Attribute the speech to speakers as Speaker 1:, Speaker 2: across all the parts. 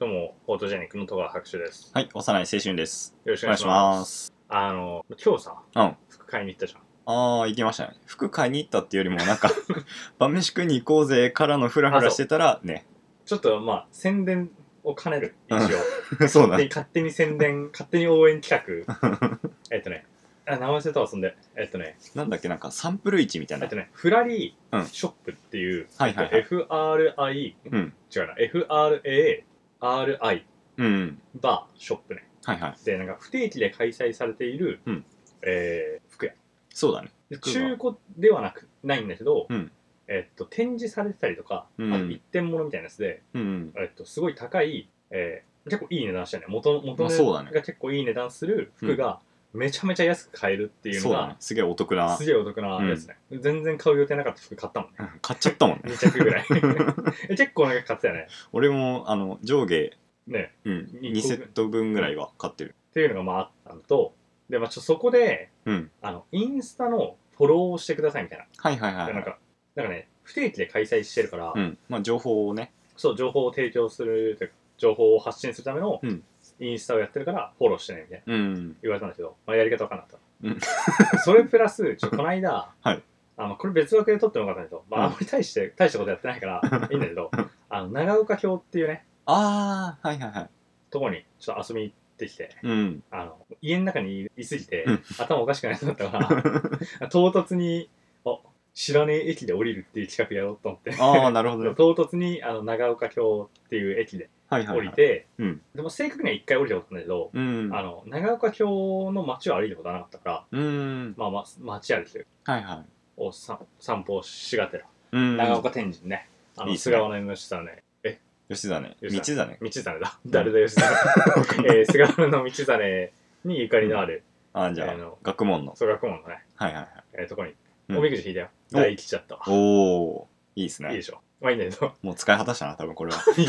Speaker 1: どうも、フォートジェニックの戸川博士です。
Speaker 2: はい、幼い青春です。
Speaker 1: よろしく
Speaker 2: お
Speaker 1: お願
Speaker 2: 願い
Speaker 1: い
Speaker 2: し
Speaker 1: し
Speaker 2: ま
Speaker 1: ます。
Speaker 2: す。
Speaker 1: あの、今日さ、
Speaker 2: うん
Speaker 1: 服買いに行ったじゃん。
Speaker 2: ああ、行きましたね。服買いに行ったっていうよりも、なんか、 晩飯食いに行こうぜからのフラフラしてたら、ね。
Speaker 1: ちょっと、まあ、宣伝を兼ねる、一応。
Speaker 2: そう
Speaker 1: 勝手
Speaker 2: だね。
Speaker 1: に勝手に宣伝、勝手に応援企画。 えっとね、あ名前忘れたわ、そんで。えっとね、
Speaker 2: なんだっけ、なんかサンプル市みたい
Speaker 1: えっ
Speaker 2: な
Speaker 1: と。ね、フラリ
Speaker 2: うん
Speaker 1: ーショップっていう、
Speaker 2: はいはいはい
Speaker 1: えっと FRI、
Speaker 2: うん。
Speaker 1: 違うな、FRA、RI、
Speaker 2: うん。
Speaker 1: バー、ショップね。
Speaker 2: はいはい。
Speaker 1: で、なんか不定期で開催されている、
Speaker 2: うん
Speaker 1: えー服屋。
Speaker 2: そうだね。
Speaker 1: で
Speaker 2: 服が
Speaker 1: 中古ではなくないんだけど、
Speaker 2: うん
Speaker 1: えっと、展示されてたりとか、
Speaker 2: うん
Speaker 1: あと一点物みたいなやつで、
Speaker 2: うん。
Speaker 1: えっと、すごい高い、えー結構いい値段したよね元の元
Speaker 2: まあ
Speaker 1: 値
Speaker 2: そうだね
Speaker 1: が結構いい値段する服がめちゃめちゃ安く買えるっていう
Speaker 2: そう
Speaker 1: の
Speaker 2: だ
Speaker 1: が
Speaker 2: ね。、すげえお得な
Speaker 1: す。げえお得なやつね、全然買う予定なかった服買ったもんね
Speaker 2: うん買っちゃったもん ね。
Speaker 1: 2着ぐら いえ結構なんか買ってたよね
Speaker 2: 俺も、あの、上下、
Speaker 1: ね
Speaker 2: うん、
Speaker 1: 二個
Speaker 2: 2セット分ぐらいは買ってる。
Speaker 1: っていうのがまああったのとで、まあ、ちょそこで
Speaker 2: うん。
Speaker 1: あのインスタのフォローをしてくださいみたいな,、
Speaker 2: はいはいはい
Speaker 1: なん
Speaker 2: はい。
Speaker 1: かなんかね不定期で開催してるから、
Speaker 2: うん。まあ、情報をね。
Speaker 1: そう、情報を提供するというか、情報を発信するための
Speaker 2: うん
Speaker 1: インスタをやってるからフォローしてねみたいな
Speaker 2: うん。
Speaker 1: 言われたんだけど、まあ、やり方わかんなかった。
Speaker 2: うん
Speaker 1: それプラス、ちょこの間、
Speaker 2: はい
Speaker 1: あのこれ別枠で撮ってもよかったんだけど、まあ、あ
Speaker 2: うん
Speaker 1: んまり大して、大したことやってないからいいんだけど、あの長岡京っていうね、
Speaker 2: ああ、はいはいはい。
Speaker 1: とこにちょっと遊びに行ってきて、
Speaker 2: うん。
Speaker 1: あの家の中にいすぎて
Speaker 2: うん、
Speaker 1: 頭おかしくなりそうだった から、唐突に、あ知らねえ駅で降りるっていう企画やろうと思って。
Speaker 2: ああ、な るほどね。
Speaker 1: 唐突にあの長岡京っていう駅で
Speaker 2: はいはい
Speaker 1: 降
Speaker 2: はい
Speaker 1: り。て、
Speaker 2: うん
Speaker 1: でも正確には1回降りたことないんだけど、
Speaker 2: うん。
Speaker 1: あの長岡京の街を歩いたことはなかったから、
Speaker 2: うん。
Speaker 1: まあまあ、街歩き
Speaker 2: はいはい。
Speaker 1: をさ散歩しがてら、
Speaker 2: うん。
Speaker 1: 長岡天神ねあ
Speaker 2: いい
Speaker 1: の
Speaker 2: っす
Speaker 1: 菅
Speaker 2: ね
Speaker 1: 原の下のね
Speaker 2: 吉田ね。
Speaker 1: 吉
Speaker 2: 道だね。
Speaker 1: 道真だ誰だ吉真、 えー、菅原の道真にゆかりのある、
Speaker 2: あ、じゃ
Speaker 1: あ
Speaker 2: あ
Speaker 1: の、
Speaker 2: 学問の。
Speaker 1: 総学門のね、
Speaker 2: はいはいはい。
Speaker 1: えーとこに
Speaker 2: うん
Speaker 1: おみくじ引いたよ、
Speaker 2: お
Speaker 1: 大吉だったわ
Speaker 2: おおいいです
Speaker 1: いい
Speaker 2: ね
Speaker 1: で。しょまあいいんだけど
Speaker 2: もう使 い果たしたな、多分これは。
Speaker 1: い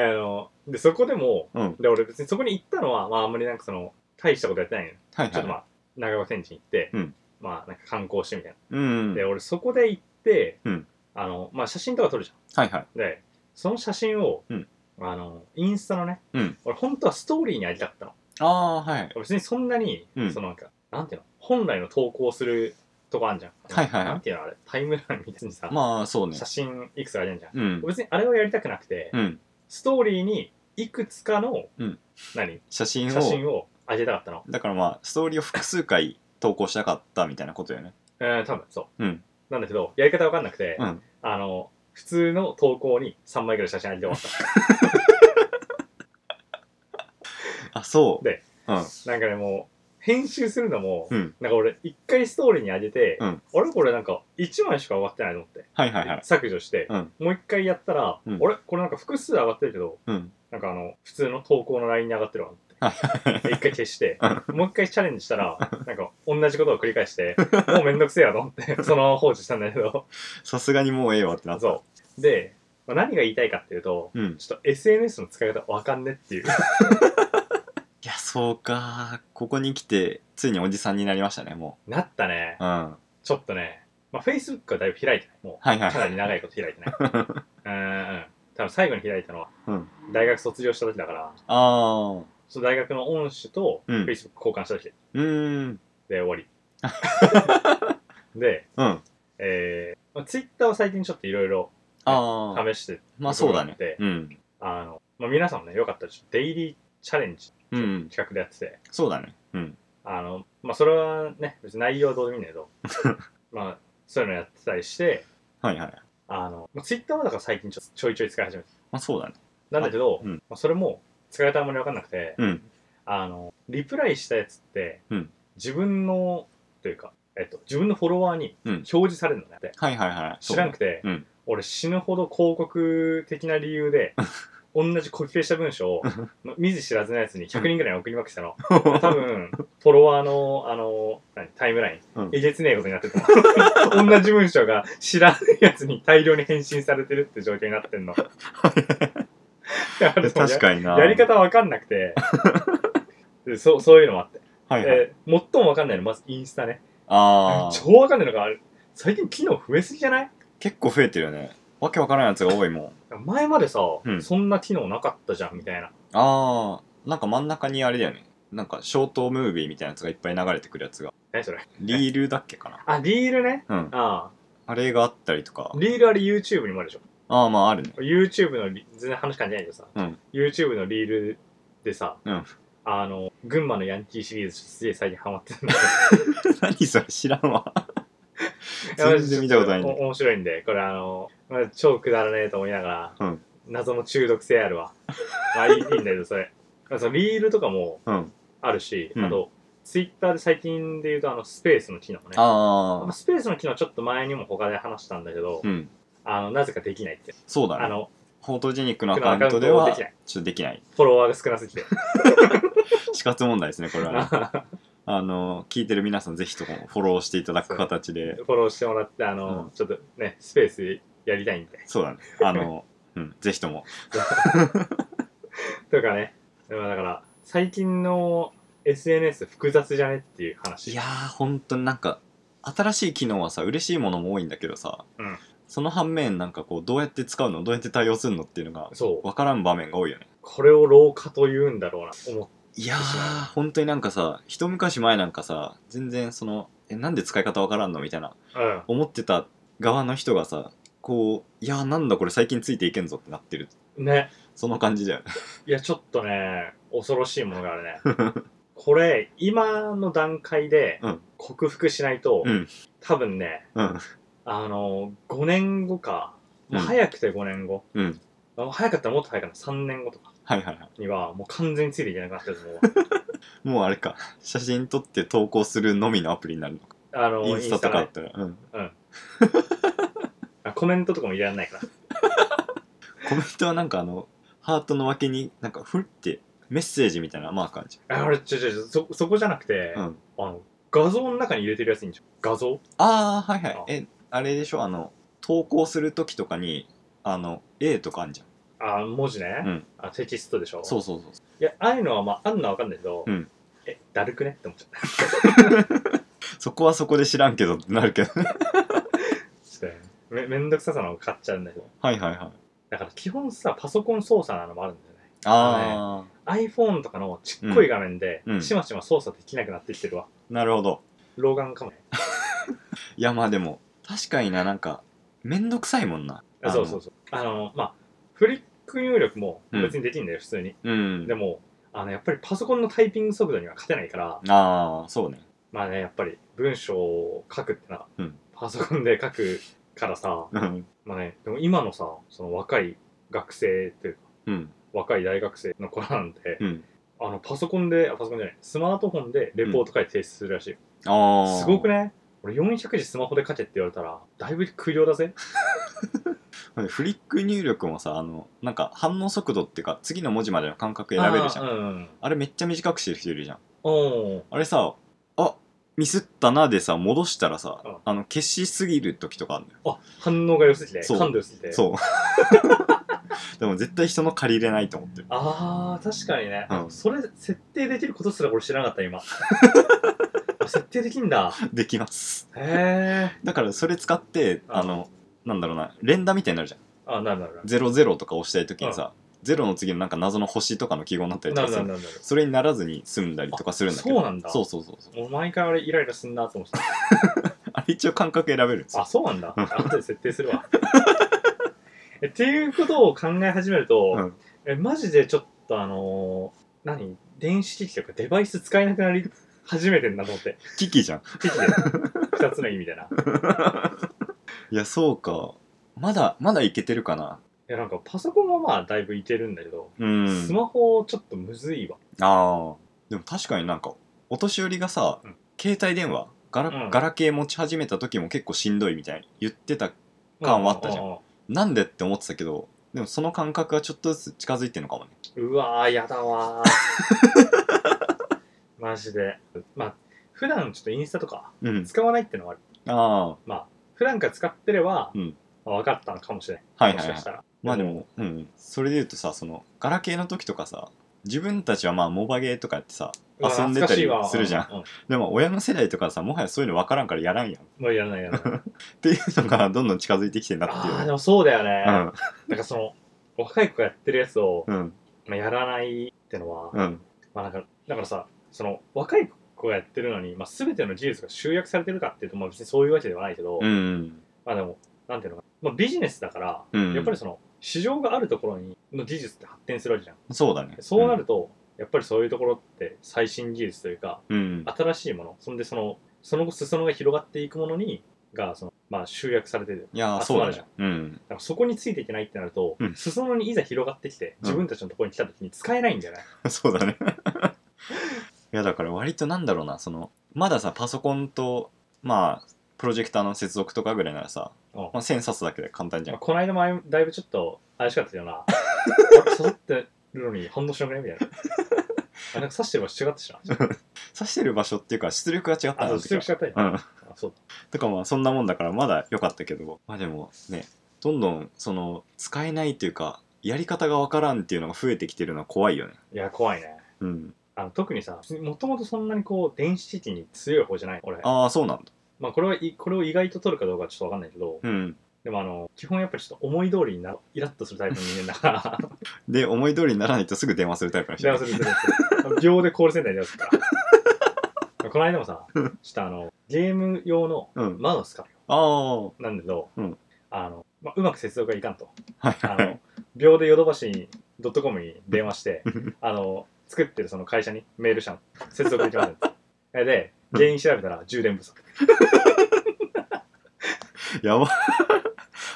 Speaker 1: やあのでそこでも
Speaker 2: うん。はい
Speaker 1: で俺別にそこに行ったのは、まあ、あんまりなんかその大したことやってないのよ
Speaker 2: は い。
Speaker 1: ちょっとまあ、長岡天神行って、
Speaker 2: うん
Speaker 1: まあ、なんか観光してみたい
Speaker 2: うん。
Speaker 1: な。
Speaker 2: は
Speaker 1: で、
Speaker 2: い
Speaker 1: 俺そこで行って、
Speaker 2: うん
Speaker 1: あの、まあ、写真とか撮るじ
Speaker 2: はい。
Speaker 1: ゃん。で、その写真を、
Speaker 2: うん
Speaker 1: あの、インスタのね、
Speaker 2: うん
Speaker 1: 俺本当はストーリーにやりたかったの。
Speaker 2: ああ、はい。
Speaker 1: 俺別にそんなに、
Speaker 2: うん
Speaker 1: そのなんか、なんていうの、本来の投稿するとこあんじゃん。
Speaker 2: はいはいはい
Speaker 1: なんていうのあれ、タイムラインみたいにさ、
Speaker 2: まあ、そうね
Speaker 1: 写。真いくつかあるじゃん。
Speaker 2: うん。
Speaker 1: 別にあれをやりたくなくて、
Speaker 2: うん。
Speaker 1: ストーリーにいくつかの、
Speaker 2: うん
Speaker 1: 何
Speaker 2: 写真
Speaker 1: 写
Speaker 2: を、
Speaker 1: 真をあげたかったの。
Speaker 2: だからまあ、ストーリーを複数回投稿したかったみたいなことよね。
Speaker 1: えー、多分そう、
Speaker 2: うん
Speaker 1: なんだけどやり方わかんなくて、
Speaker 2: うん。
Speaker 1: あの普通の投稿に3枚ぐらい写真あげて終わっ
Speaker 2: あ、そう。
Speaker 1: で
Speaker 2: うん。
Speaker 1: たなんかねもう編集するのも、
Speaker 2: うん。
Speaker 1: なんか俺1回ストーリーにあげて、
Speaker 2: うん
Speaker 1: あれこれなんか1枚しか上がってないと思って、
Speaker 2: はいはいはい。
Speaker 1: 削除して、
Speaker 2: うん
Speaker 1: もう1回やったら、
Speaker 2: うん
Speaker 1: あれこれなんか複数上がってるけど
Speaker 2: うん。
Speaker 1: なんかあの普通の投稿の LINE に上がってるわと 思って1回消してもう1回チャレンジしたらなんか同じことを繰り返してもうめんどくせえやと思ってそのまま放置したんだけど
Speaker 2: さすがにもうええわってなった。
Speaker 1: そうで、まあ、何が言いたいかっていうと、
Speaker 2: うん。
Speaker 1: ちょっと SNS の使い方わかんねっていう。
Speaker 2: いや、そうか。ここに来て、ついにおじさんになりましたね、も
Speaker 1: なったね
Speaker 2: う。う。ん。は
Speaker 1: ちょっとね。まあ、Facebook はだいぶ開いてない。も、
Speaker 2: いはいう
Speaker 1: か
Speaker 2: は。
Speaker 1: ないり長いこと開い てない。うんうん。多分最後に開いたのは、
Speaker 2: うん
Speaker 1: 大学卒業した時だから、
Speaker 2: ああ。
Speaker 1: その大学の恩師と
Speaker 2: うん
Speaker 1: Facebook 交換した時
Speaker 2: うーん。
Speaker 1: で終わ り。で、
Speaker 2: うん。
Speaker 1: えーまあ、Twitter を最近ちょっといろいろ
Speaker 2: ああ。
Speaker 1: 試して、
Speaker 2: まあそうだね
Speaker 1: で。
Speaker 2: うん。
Speaker 1: あの、まあ、皆さんもね、よかったらちょっとデイリーチャレンジ
Speaker 2: う
Speaker 1: 企
Speaker 2: ん。
Speaker 1: 画でやってて、
Speaker 2: そうだね。うん。
Speaker 1: あの、まあ、それはね、別に内容はどうでもいいんだけ ど、まあ、そういうのやってたりして、
Speaker 2: はいはい。
Speaker 1: あの、ツイッターはだから最近ちょちょいちょい使い始めて。
Speaker 2: まあそうだね。
Speaker 1: なんだけど、
Speaker 2: うん
Speaker 1: まあ、それも使い方あんまりわかんなくて、
Speaker 2: うん。
Speaker 1: あの、リプライしたやつって、
Speaker 2: うん
Speaker 1: 自分の、というか、えっと、自分のフォロワーに
Speaker 2: うん
Speaker 1: 表示されるのね。で
Speaker 2: はいはいはい。
Speaker 1: 知らん
Speaker 2: く
Speaker 1: くて、
Speaker 2: うん
Speaker 1: 俺死ぬほど広告的な理由で、 同じコピペした文章を見ず知らずのやつに100人ぐらいに送りまくってたの。多分、フォロワーの、あの、何タイムライン、
Speaker 2: うん
Speaker 1: えげつねえことになってて、同じ文章が知らないやつに大量に返信されてるって状況になってんの。いや でもや
Speaker 2: 確かにな。
Speaker 1: やり方わかんなくてでそう、そういうのもあって。
Speaker 2: はいはい。
Speaker 1: で最もわかんないのはまずインスタね。
Speaker 2: ああ。
Speaker 1: 超わかんないのがある。最近機能増えすぎじゃない
Speaker 2: 結構増えてるよね。わけわからんやつが多いもん。
Speaker 1: 前までさ、
Speaker 2: うん
Speaker 1: そんな機能なかったじゃんみたいな
Speaker 2: あー、なんか真ん中にあれだよね。なんかショートムービーみたいなやつがいっぱい流れてくるやつが。
Speaker 1: 何それ
Speaker 2: リールだっけかな。
Speaker 1: あリールね
Speaker 2: うん。
Speaker 1: あ
Speaker 2: あれがあったりとか
Speaker 1: あ。リールあれ YouTube にもあるでしょ
Speaker 2: ああ、ま ああるね。
Speaker 1: YouTube のリ全然話関係ないけどさ、
Speaker 2: うん
Speaker 1: YouTube のリールでさ、
Speaker 2: うん
Speaker 1: あの群馬のヤンキーシリーズすげえ最近ハマってるんだ
Speaker 2: 何それ知らんわ。
Speaker 1: けど
Speaker 2: 全然見たことないんだ
Speaker 1: や面白いんでこれあの、まあ、超くだらねえと思いながら、
Speaker 2: うん
Speaker 1: 謎の中毒性あ るわまあいいいいんだけどそれまあそのリールとかも
Speaker 2: うん。
Speaker 1: あるし、
Speaker 2: うん
Speaker 1: あと Twitter で最近で言うとあのスペースの機能ね
Speaker 2: あ
Speaker 1: まあ
Speaker 2: あ。
Speaker 1: スペースの機能ちょっと前にも他で話したんだけど、
Speaker 2: うん。
Speaker 1: あのなぜかできないって
Speaker 2: そうだ
Speaker 1: あ
Speaker 2: ね。
Speaker 1: の
Speaker 2: フォートジェニックのアカウントでは、
Speaker 1: できない
Speaker 2: ちょっとできない。
Speaker 1: フォロワーが少なすぎて
Speaker 2: 死活問題ですね、これはね。あの、聞いてる皆さんぜひともフォローしていただく形で。
Speaker 1: フォローしてもらって、あの、
Speaker 2: うん
Speaker 1: ちょっとね、スペースやりたいんで。
Speaker 2: そうだね。あの、 うん、ぜひとも。
Speaker 1: とかね。まあだから、最近の SNS 複雑じゃねっていう話。
Speaker 2: いやー、ほんとになんか、新しい機能はさ、嬉しいものも多いんだけどさ、
Speaker 1: うん
Speaker 2: その反面、なんかこう、どうやって使うの、どうやって対応するのっていうのが、
Speaker 1: そう。
Speaker 2: わからん場面が多いよね。
Speaker 1: これを老化と言うんだろうな、思っ
Speaker 2: いやー、本当になんかさ、一昔前なんかさ、全然その、え、なんで使い方わからんのみたいな、
Speaker 1: うん。
Speaker 2: 思ってた側の人がさ、こう、いやー、なんだこれ最近ついていけんぞってなってる。
Speaker 1: ね。
Speaker 2: その感じだよね。
Speaker 1: いや、ちょっとね、恐ろしいものがある ね。これ、今の段階で
Speaker 2: うん
Speaker 1: 克服しないと、
Speaker 2: うん
Speaker 1: 多分ね、
Speaker 2: うん。
Speaker 1: あの、5年後か、まあ
Speaker 2: うん
Speaker 1: 早くて5年後、
Speaker 2: うん。
Speaker 1: まあ早かったらもっと早かった3年後とか
Speaker 2: はいはいは
Speaker 1: には、もう完全についていけなくなってると思うわ。
Speaker 2: い。もうあれか、写真撮って投稿するのみのアプリになるのか。
Speaker 1: あの、
Speaker 2: インスタとか
Speaker 1: ね
Speaker 2: あったら。うん。
Speaker 1: あコメントとかも入れられないから。
Speaker 2: コメントはなんかあの、ハートの脇に、なんか、ふって、メッセージみたいなマークあるじ
Speaker 1: ああれ、ちょちょちょ、そ、そこじゃなくて、
Speaker 2: ゃん。うん。
Speaker 1: あの、画像の中に入れてるやついいんじゃん。画像
Speaker 2: あー、はいは
Speaker 1: あ
Speaker 2: い。え、あれでしょあの、投稿するときとかに、あの、A とかあんじゃん。
Speaker 1: あ、文字ね。
Speaker 2: うん
Speaker 1: あ、テキストでしょ。
Speaker 2: そううそうそう。
Speaker 1: いや、ああいうのは、まあ、あんのはわかんないけど、
Speaker 2: うん
Speaker 1: え、だるくねって思っちゃった。
Speaker 2: そこはそこで知らんけどってなるけど ね。
Speaker 1: ちょっとねめ、めんどくささの方が買っちゃうんだけど。
Speaker 2: はいはいはい。
Speaker 1: だから、基本さ、パソコン操作なのもあるんだよね。
Speaker 2: ああ、
Speaker 1: iPhone とかのちっこい画面で、
Speaker 2: うんうん
Speaker 1: しましま操作できなくなってきてるわ。
Speaker 2: なるほど。
Speaker 1: 老眼かもね。
Speaker 2: いやまあでも、確かにな、なんか、めんどくさいもんな。
Speaker 1: あそうそうそう。あの、まあ、フリック入力も別にできるんだよ、普通に。
Speaker 2: う。うん。
Speaker 1: でも、あの、やっぱりパソコンのタイピング速度には勝てないから、
Speaker 2: ああ、そうね。
Speaker 1: まあね、やっぱり文章を書くってな、
Speaker 2: うん
Speaker 1: パソコンで書くからさ、
Speaker 2: うん。
Speaker 1: まあね、でも今のさ、その若い学生というか、
Speaker 2: うん。
Speaker 1: 若い大学生の子なんて、
Speaker 2: うん。
Speaker 1: あの、パソコンで、あパソコンじゃない、スマートフォンでレポート書いて提出するらしいよ。
Speaker 2: ああ。
Speaker 1: すごく
Speaker 2: ね。
Speaker 1: ね俺400字スマホで書けって言われたら、だいぶ苦慮だぜ。
Speaker 2: フリック入力もさ、あの、なんか反応速度っていうか、次の文字までの間隔選べるじゃん。あ,、
Speaker 1: あーうん。
Speaker 2: れめっちゃ短くしてる人いるじゃん。
Speaker 1: おー
Speaker 2: あれさ、あミスったなでさ、戻したらさ、
Speaker 1: うん
Speaker 2: あの、消しすぎる時とかあるんだよ。
Speaker 1: あ、反応が良すぎて、
Speaker 2: そう
Speaker 1: 感度良すぎて。う。
Speaker 2: そう。 でも絶対人の借りれないと思ってる。
Speaker 1: あー、確かにね。
Speaker 2: うん
Speaker 1: それ、設定できることすら俺知らなかった、 今。あ設定できんだ。
Speaker 2: できます。
Speaker 1: へえ。
Speaker 2: だからそれ使って
Speaker 1: あ
Speaker 2: あのなんだろうな連打みたいになるじゃん
Speaker 1: あ、なるなるなる。
Speaker 2: 00とか押したい時にさゼロの次のなんか謎の星とかの記号になったりと
Speaker 1: な
Speaker 2: か
Speaker 1: る
Speaker 2: す
Speaker 1: なる
Speaker 2: る
Speaker 1: なるなる。
Speaker 2: それにならずに済んだりとかするんだけど
Speaker 1: あそうなんだ
Speaker 2: そうそうそうそう
Speaker 1: もう毎回あれイライラすんなと思って
Speaker 2: あれ一応感覚選べるんです
Speaker 1: た。
Speaker 2: よ
Speaker 1: あ、そうなんだ。後で設定するわ。 えっていうことを考え始めると、
Speaker 2: うん
Speaker 1: えマジでちょっとあのー何電子機器とかデバイス使えなくなり始めてんなと思って。
Speaker 2: 危機じゃん
Speaker 1: 機器 で。二つの意味でな。い
Speaker 2: いやそうかまだまだいけてるかな
Speaker 1: や、なんかパソコンはまあだいぶいけるんだけど、
Speaker 2: うん
Speaker 1: スマホちょっとむずいわ。
Speaker 2: ああでも確かになんかお年寄りがさ、
Speaker 1: うん
Speaker 2: 携帯電話ガラ,、
Speaker 1: うん
Speaker 2: ガラケー持ち始めた時も結構しんどいみたいに言ってた感はあったじゃん
Speaker 1: ううう
Speaker 2: なんでって思ってたけどでもその感覚がちょっとずつ近づいてるのかもね
Speaker 1: うわー、やだわー。 マジで。まあ、普段ちょっとインスタとか
Speaker 2: うん
Speaker 1: 使わないってのはある。
Speaker 2: あ
Speaker 1: まあ、普段から使ってれば、
Speaker 2: うん
Speaker 1: まあ分かったのかもしれ
Speaker 2: あは
Speaker 1: ない。
Speaker 2: い
Speaker 1: もし
Speaker 2: はい、は
Speaker 1: か
Speaker 2: い
Speaker 1: し、たら。
Speaker 2: まあでも、うん、それで言うとさそのガラケーの時とかさ自分たちはまあモバゲーとかやってさ
Speaker 1: うわ、
Speaker 2: 遊んでた
Speaker 1: 懐
Speaker 2: り
Speaker 1: かしいわ
Speaker 2: するじゃん。
Speaker 1: うう
Speaker 2: でも親の世代とかさもはやそういうの分からんからやらんやんっ
Speaker 1: もう やらないやらない。
Speaker 2: ていうのがどんどん近づいてきてんなってい
Speaker 1: ああ、
Speaker 2: う
Speaker 1: で
Speaker 2: ね
Speaker 1: もそうだよ
Speaker 2: う
Speaker 1: ね。
Speaker 2: ん
Speaker 1: なんかその、若い子がやってるやつを、
Speaker 2: うん
Speaker 1: まあ、やらないってのは、
Speaker 2: うん
Speaker 1: まあなんかだからさその若い子がやってるのに、まあ、全ての事実が集約されてるかっていうと、まあ、別にそういうわけではないけど、
Speaker 2: うん
Speaker 1: まあでもなんていうのかな、まあ、ビジネスだから、
Speaker 2: うん
Speaker 1: やっぱりその市場があるところにの技術って発展するわけじゃん
Speaker 2: そうだね
Speaker 1: そうなると、やっぱりそういうところって最新技術というか
Speaker 2: うん
Speaker 1: 新しいものそんでそのその後裾野が広がっていくものにがその、まあ、集約されてる
Speaker 2: いやー
Speaker 1: 集
Speaker 2: そう
Speaker 1: ま
Speaker 2: だ
Speaker 1: るじゃ
Speaker 2: ね
Speaker 1: ん
Speaker 2: うん
Speaker 1: だからそこについていけないってなると、
Speaker 2: うん
Speaker 1: 裾野にいざ広がってきて自分たちのところに来た時に使えないんじゃない、
Speaker 2: そうだねいやだから割となんだろうなそのまださパソコンとまあプロジェクターの接続とかぐらいならさ、
Speaker 1: うん
Speaker 2: まあ、線刺すだけで簡単じゃ
Speaker 1: まあ
Speaker 2: ん
Speaker 1: この間もあいだいぶちょっと怪しかったよ なあれ刺さってるのに反応しなくねみたいなあなんか刺してる場所違ってした
Speaker 2: 刺してる場所っていうか出力が違った
Speaker 1: あ
Speaker 2: な
Speaker 1: そう
Speaker 2: の時
Speaker 1: 出
Speaker 2: は
Speaker 1: 力違ったよ、
Speaker 2: うん
Speaker 1: あそう
Speaker 2: とかまあそんなもんだからまだ良かったけどまあでもねどんどんその使えないっていうかやり方がわからんっていうのが増えてきてるのは怖いよね
Speaker 1: いや怖いね
Speaker 2: うん
Speaker 1: あの特にさもともとそんなにこう電子機器に強い方じゃない俺
Speaker 2: ああそうなんだ
Speaker 1: まあこれはいこれを意外と取るかどうかはちょっとわかんないけど、
Speaker 2: うん
Speaker 1: でもあの基本やっぱりちょっと思い通りになイラッとするタイプの人間だ から
Speaker 2: で思い通りにならないとすぐ電話するタイプの人
Speaker 1: 電話するするす る秒でコールセンターに電話するからこの間もさちょっとあのゲーム用の
Speaker 2: うん
Speaker 1: マウスか
Speaker 2: ああは
Speaker 1: なんだけど、
Speaker 2: うん
Speaker 1: あのまあ、うまく接続がいかんと
Speaker 2: い
Speaker 1: あ
Speaker 2: は
Speaker 1: の
Speaker 2: い
Speaker 1: 秒でヨドバシドットコムに電話し てあの作ってるその会社にメールしたの接続できませんってで原因調べたら充電不足
Speaker 2: やば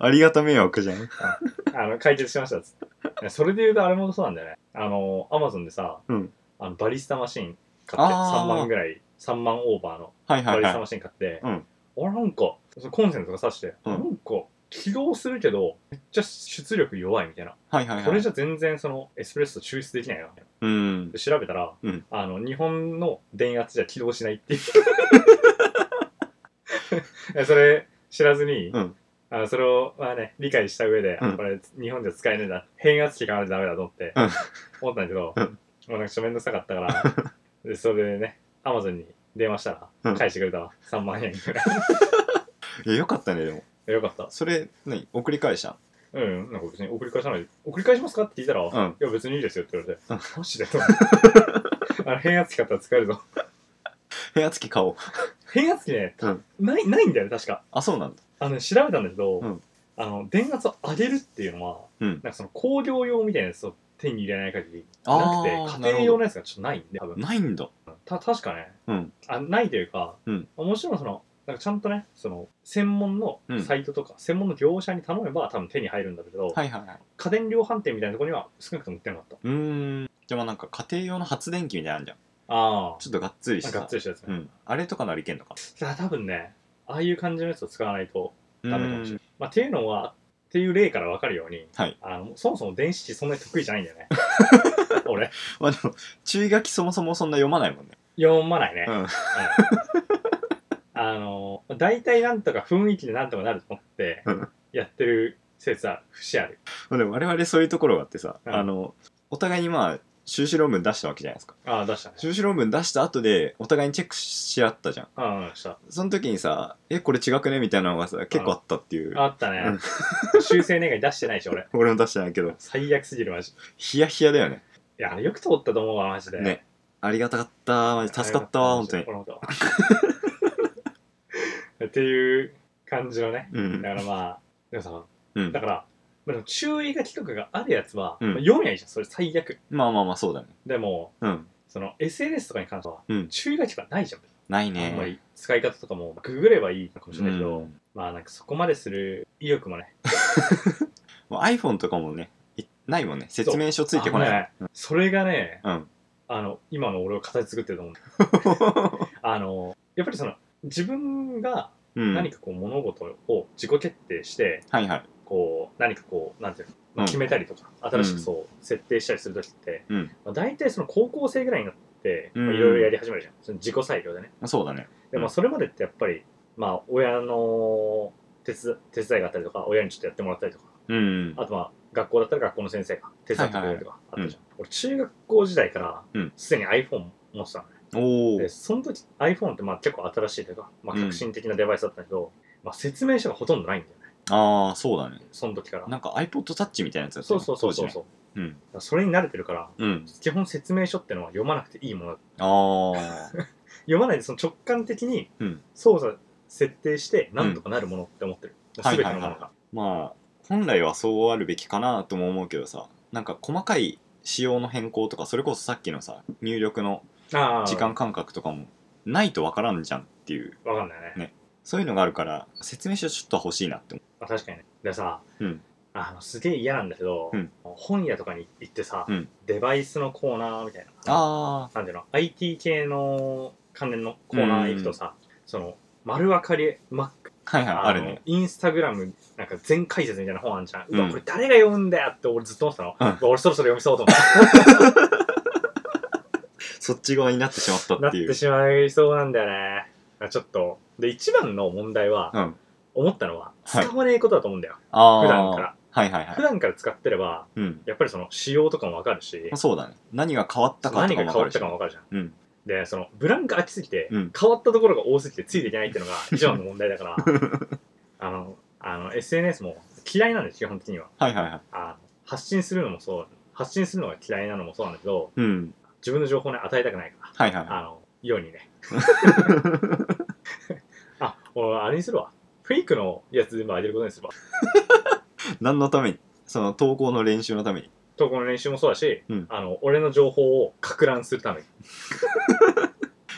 Speaker 2: ありがた迷惑じゃん
Speaker 1: あの解決しましたっつってそれで言うとあれもそうなんだよねあのアマゾンでさ、
Speaker 2: うん
Speaker 1: あのバリスタマシン買って
Speaker 2: あー
Speaker 1: 3万ぐらい3万オーバーの
Speaker 2: はいは
Speaker 1: バ
Speaker 2: い
Speaker 1: リ
Speaker 2: は
Speaker 1: スタ
Speaker 2: い
Speaker 1: マシン買って、
Speaker 2: うん
Speaker 1: あなんかそのコンセントが挿して、
Speaker 2: うん
Speaker 1: なんか起動するけどめっちゃ出力弱いみたいな、
Speaker 2: はいはい
Speaker 1: こ
Speaker 2: は
Speaker 1: れ
Speaker 2: い
Speaker 1: じゃ全然そのエスプレッソ抽出できないよ
Speaker 2: うん
Speaker 1: で調べたら、
Speaker 2: うん
Speaker 1: あの日本の電圧じゃ起動しない っていうえそれ知らずに、
Speaker 2: うん
Speaker 1: あのそれを、まあね、理解した上で、
Speaker 2: うん
Speaker 1: これ日本じゃ使えねえな変圧器買わないとダメだと思って、
Speaker 2: うん
Speaker 1: 思ったんだけど、
Speaker 2: うん
Speaker 1: もうなんかちょっと面倒くさかった からでそれでねアマゾンに電話した
Speaker 2: う
Speaker 1: ら
Speaker 2: ん
Speaker 1: 返してくれたわ、3万円ぐらい
Speaker 2: いやよかったねでも
Speaker 1: よかった
Speaker 2: それ何送り返した
Speaker 1: うんなんか別に送り返さない送り返しますかって聞いたら、
Speaker 2: う
Speaker 1: い
Speaker 2: ん
Speaker 1: や別にいいですよって言われて、
Speaker 2: うん
Speaker 1: マジで あの変圧器買ったら使えるぞ
Speaker 2: 部屋付き買おう
Speaker 1: 変圧器ね、
Speaker 2: うん
Speaker 1: ないないんだよね確か
Speaker 2: あそうなんだ
Speaker 1: あの調べたんだけど、
Speaker 2: うん
Speaker 1: あの電圧を上げるっていうのは、
Speaker 2: うん
Speaker 1: なんかその工業用みたいなやつを手に入れない限りな
Speaker 2: あ
Speaker 1: く
Speaker 2: ー
Speaker 1: て
Speaker 2: な
Speaker 1: 家庭
Speaker 2: るほ
Speaker 1: 用
Speaker 2: ど
Speaker 1: のやつがちょっとないんで多分
Speaker 2: ないんだ
Speaker 1: た確かね
Speaker 2: うん
Speaker 1: あないというか、
Speaker 2: うん
Speaker 1: もちろんそのなんかちゃんとねその専門の
Speaker 2: うん
Speaker 1: サイトとか、専門の業者に頼めば多分手に入るんだけど、
Speaker 2: はいはいはい
Speaker 1: 家電量販店みたいなところには少なくとも売ってなかった
Speaker 2: うーんでもなんか家庭用の発電機みたいなのあんじゃん
Speaker 1: あ
Speaker 2: ちょっとがっつりし
Speaker 1: あが
Speaker 2: た
Speaker 1: っつりしたやつ
Speaker 2: う
Speaker 1: ね、
Speaker 2: ん、あれとかならいけんのか
Speaker 1: だから多分ねああいう感じのやつを使わないと
Speaker 2: な
Speaker 1: ダメかもしれない。まあ、っていうのは、っていう例から分かるように、
Speaker 2: はい
Speaker 1: あのそもそも電子機そんなに得意じゃないんだよ ね。俺、
Speaker 2: まあでも注意書きそもそもそんな読まないもんね
Speaker 1: 読まないね。
Speaker 2: うん
Speaker 1: あの、大体なんとか雰囲気でなんとかなると思って
Speaker 2: うん、
Speaker 1: やってる説は節ある。
Speaker 2: まあでも我々そういうところがあってさ、
Speaker 1: うん
Speaker 2: あのお互いにまあ修士論文出したわけじゃないですか
Speaker 1: ああ、出したね。
Speaker 2: 修士論文出した後でお互いにチェックし合ったじゃん
Speaker 1: うん、うんした。
Speaker 2: その時にさ「えこれ違くね?」みたいなのがさ結構あったっていう
Speaker 1: あったね。修正願い出してないし、俺。
Speaker 2: 俺も出してないけど
Speaker 1: 最悪すぎる、マジ。い
Speaker 2: ヒヤヒヤだよね
Speaker 1: や、あれよく通ったと思うわ、マジで。
Speaker 2: ねありがたかったマジ助かったわ本当に
Speaker 1: 俺もそう っていう感じのね。
Speaker 2: う
Speaker 1: だ
Speaker 2: ん
Speaker 1: からまあ、でもさ、
Speaker 2: うん
Speaker 1: だから、まあ、でも注意書きとかがあるやつは、
Speaker 2: うん
Speaker 1: まあ読めないじゃん、それ最悪。
Speaker 2: まあまあまあそうだね
Speaker 1: でも、
Speaker 2: うん
Speaker 1: その SNS とかに関しては、
Speaker 2: うん
Speaker 1: 注意書きとかないじゃん。
Speaker 2: ない
Speaker 1: あんま
Speaker 2: ね
Speaker 1: り使い方とかも、ググればいいのかもしれないけど、
Speaker 2: うん
Speaker 1: まあなんかそこまでする意欲もね、
Speaker 2: もう iPhone とかもねいないもんね説明書ついてこない
Speaker 1: あのねそれがね、
Speaker 2: うん
Speaker 1: あの、今の俺を形作ってると思うんだ。あの、やっぱりその、自分が
Speaker 2: うん
Speaker 1: 何かこう物事を自己決定して、
Speaker 2: はいはい
Speaker 1: こう何かこうなんていうの、まあ
Speaker 2: うん
Speaker 1: 決めたりとか新しくそう、設定したりする時って、
Speaker 2: うん
Speaker 1: まあ、大体その高校生ぐらいになってまあ
Speaker 2: うん
Speaker 1: いろいろやり始めるじゃん、その自己採用でね
Speaker 2: そうだね
Speaker 1: で
Speaker 2: う
Speaker 1: も
Speaker 2: ん
Speaker 1: それまでってやっぱり、まあ親の手伝手伝いがあったりとか親にちょっとやってもらったりとか
Speaker 2: うん
Speaker 1: あとまあ学校だったら学校の先生が手伝ってくれるとかあ
Speaker 2: いはい
Speaker 1: ったじゃん、俺中学校時代か
Speaker 2: う
Speaker 1: ら
Speaker 2: ん
Speaker 1: すでに iPhone 持ってたのね、
Speaker 2: おお
Speaker 1: でその時 iPhone ってまあ結構新しいというか、まあ、革新的なデバイスだったんだけど、まあ、説明書がほとんどないんだよね
Speaker 2: ああそうだね
Speaker 1: その時から
Speaker 2: なんか iPodTouch みたいなやつだった
Speaker 1: そ
Speaker 2: よ
Speaker 1: う
Speaker 2: ね
Speaker 1: そうそうそう
Speaker 2: 当時ね
Speaker 1: そう
Speaker 2: うん
Speaker 1: だからそれに慣れてるから
Speaker 2: うん
Speaker 1: 基本説明書ってのは読まなくていいものだ
Speaker 2: あ あ
Speaker 1: 読まないでその直感的に
Speaker 2: うん
Speaker 1: 操作設定してなんとかなるものって思ってる、
Speaker 2: ん
Speaker 1: 全てのものが、
Speaker 2: はいはいまあ本来はそうあるべきかなとも思うけどさなんか細かい仕様の変更とかそれこそさっきのさ入力の
Speaker 1: ああ
Speaker 2: 時間感覚とかもないとわからんじゃんっていう
Speaker 1: わかんないね
Speaker 2: そういうのがあるから説明書ちょっと欲しいなって思
Speaker 1: あ確かにねでさ、
Speaker 2: うん
Speaker 1: あのすげえ嫌なんだけど、
Speaker 2: うん
Speaker 1: 本屋とかに行ってさ、
Speaker 2: うん
Speaker 1: デバイスのコーナーみたいな
Speaker 2: うあ
Speaker 1: なんていうの IT 系の関連のコーナー行くとさ、その丸分かりマック
Speaker 2: あはいはい
Speaker 1: の
Speaker 2: あるね
Speaker 1: インスタグラムなんか全解説みたいな本あんじゃん、う
Speaker 2: う
Speaker 1: わ
Speaker 2: ん
Speaker 1: これ誰が読んだよって俺ずっと思ってたの、
Speaker 2: うん
Speaker 1: うわ俺そろそろ読みそうと思って
Speaker 2: そっち側になってしまった
Speaker 1: なっ
Speaker 2: っ
Speaker 1: て
Speaker 2: いう
Speaker 1: てしまいそうなんだよねあちょっとで一番の問題は、
Speaker 2: うん
Speaker 1: 思ったのは
Speaker 2: はい
Speaker 1: 使わねえことだと思うんだよ、
Speaker 2: あー
Speaker 1: 普段から
Speaker 2: はいはいは
Speaker 1: 普
Speaker 2: い
Speaker 1: 段から使ってれば
Speaker 2: うん
Speaker 1: やっぱりその仕様とかもわかるし
Speaker 2: まあ、そうだね何が変わったかと
Speaker 1: 何
Speaker 2: か
Speaker 1: が変
Speaker 2: もわか
Speaker 1: わっ
Speaker 2: るした
Speaker 1: かもわかるじゃん
Speaker 2: うん
Speaker 1: でそのブランク空きすぎて、
Speaker 2: うん
Speaker 1: 変わったところが多すぎてついていけないっていうのが一番の問題だ からあのあの SNS も嫌いなんです基本的には
Speaker 2: はいはいはい
Speaker 1: あの発信するのもそう発信するのが嫌いなのもそうなんだけど
Speaker 2: うん
Speaker 1: 自分の情報ね与えたくないか
Speaker 2: はいはい
Speaker 1: ら
Speaker 2: は
Speaker 1: あの世に ねあ俺あれにするわフェイクのやつ全部上げることにするわ
Speaker 2: い何のためにその投稿の練習のために
Speaker 1: 投稿の練習もそうだし、
Speaker 2: うん
Speaker 1: あの俺の情報をか乱するために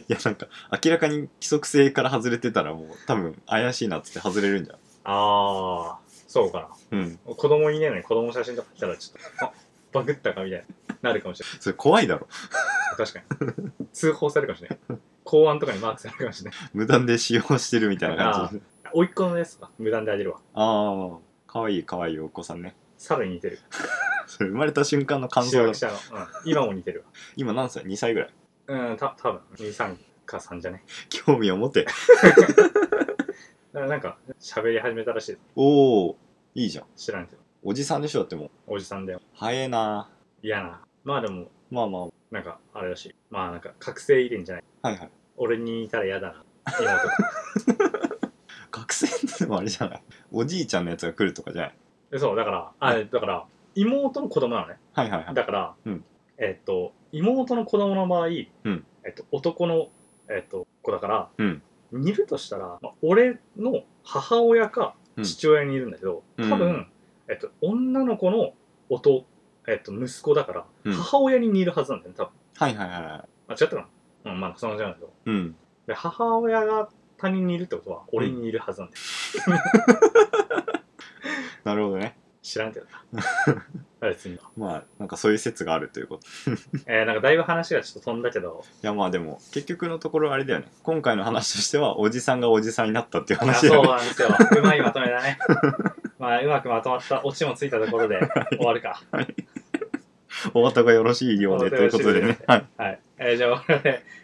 Speaker 2: いやなんか明らかに規則性から外れてたらもう多分怪しいなっつって外れるんじゃん
Speaker 1: ああそうか
Speaker 2: うん
Speaker 1: な子供いねえのに子供の写真とか来たらちょっとあバグったかみたいになるかもしれない
Speaker 2: それ怖いだろ
Speaker 1: 確か に通報されるかもしれない公安とかにマークされるかもしれない
Speaker 2: 無断で使用してるみたいな感じ
Speaker 1: 甥っ子のやつとか無断であげるわ
Speaker 2: ああかわいいかわいいお子さんね
Speaker 1: 猿に似てる
Speaker 2: それ生まれた瞬間の感
Speaker 1: 視
Speaker 2: 想
Speaker 1: 力
Speaker 2: だ
Speaker 1: 者の、うん、今も似てる
Speaker 2: 今何歳2歳ぐらい
Speaker 1: わうんた多分23か3じゃね
Speaker 2: 興味を持て
Speaker 1: だからなんか喋り始めたらしい
Speaker 2: おおいいじゃん
Speaker 1: 知らんけど
Speaker 2: おじさんでしょだってもう
Speaker 1: おじさんで
Speaker 2: 早えな
Speaker 1: 嫌なまあでも
Speaker 2: まあま
Speaker 1: なんかあれらしいまあなんか覚醒遺伝じゃない
Speaker 2: あはいはい
Speaker 1: 俺に似たら嫌だな今とか
Speaker 2: 学生でもあれじゃないおじいちゃんのやつが来るとかじゃない
Speaker 1: でそうだからあだから妹の子供なのね
Speaker 2: はいはいはい
Speaker 1: だから、
Speaker 2: うん
Speaker 1: えっと妹の子供の場合、
Speaker 2: ん
Speaker 1: えっと、男の、えっと、子だから、
Speaker 2: うん
Speaker 1: 似るとしたら、まあ、俺の母親か
Speaker 2: うん
Speaker 1: 父親にいるんだけど、
Speaker 2: うん
Speaker 1: 多分、えっと、女の子の弟、えっと、息子だから、
Speaker 2: うん
Speaker 1: 母親に似るはずなんだよね多分
Speaker 2: はいはいはいはい
Speaker 1: あ違ったかな、うん、まあそんなじゃないけど
Speaker 2: うん
Speaker 1: で母親が他人にいるってことは俺にいるはずなんだよ、
Speaker 2: なるほどね
Speaker 1: 知らんけどな 別に
Speaker 2: まあなんかそういう説があるということ
Speaker 1: えーなんかだいぶ話がちょっと飛んだけど
Speaker 2: いやまあでも結局のところあれだよね今回の話としてはおじさんがおじさんになったっていう
Speaker 1: あ
Speaker 2: 話
Speaker 1: そ
Speaker 2: だ
Speaker 1: う
Speaker 2: よね
Speaker 1: なんですよ。うまいまとめだね。 まあ、うまくまとまった、オチもついたところで終わるか。
Speaker 2: お後がよろしいようでということでねはい
Speaker 1: はい。えーじゃあ、我々、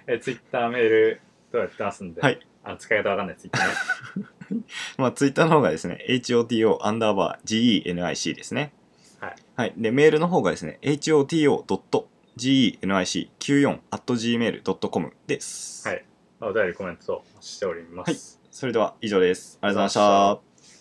Speaker 1: えー、ツイッター、メール、どうやってますんで、
Speaker 2: はい
Speaker 1: あの使い方わかんないツイッターね。
Speaker 2: まあ、ツイッターの方がですね、hoto アンダーバー genic ですね。
Speaker 1: はい。
Speaker 2: はい。で、メールの方がですね、hoto.genic94.gmail.com です。
Speaker 1: はいお便り、コメントをしております。
Speaker 2: はいそれでは以上です。ありがとうございました。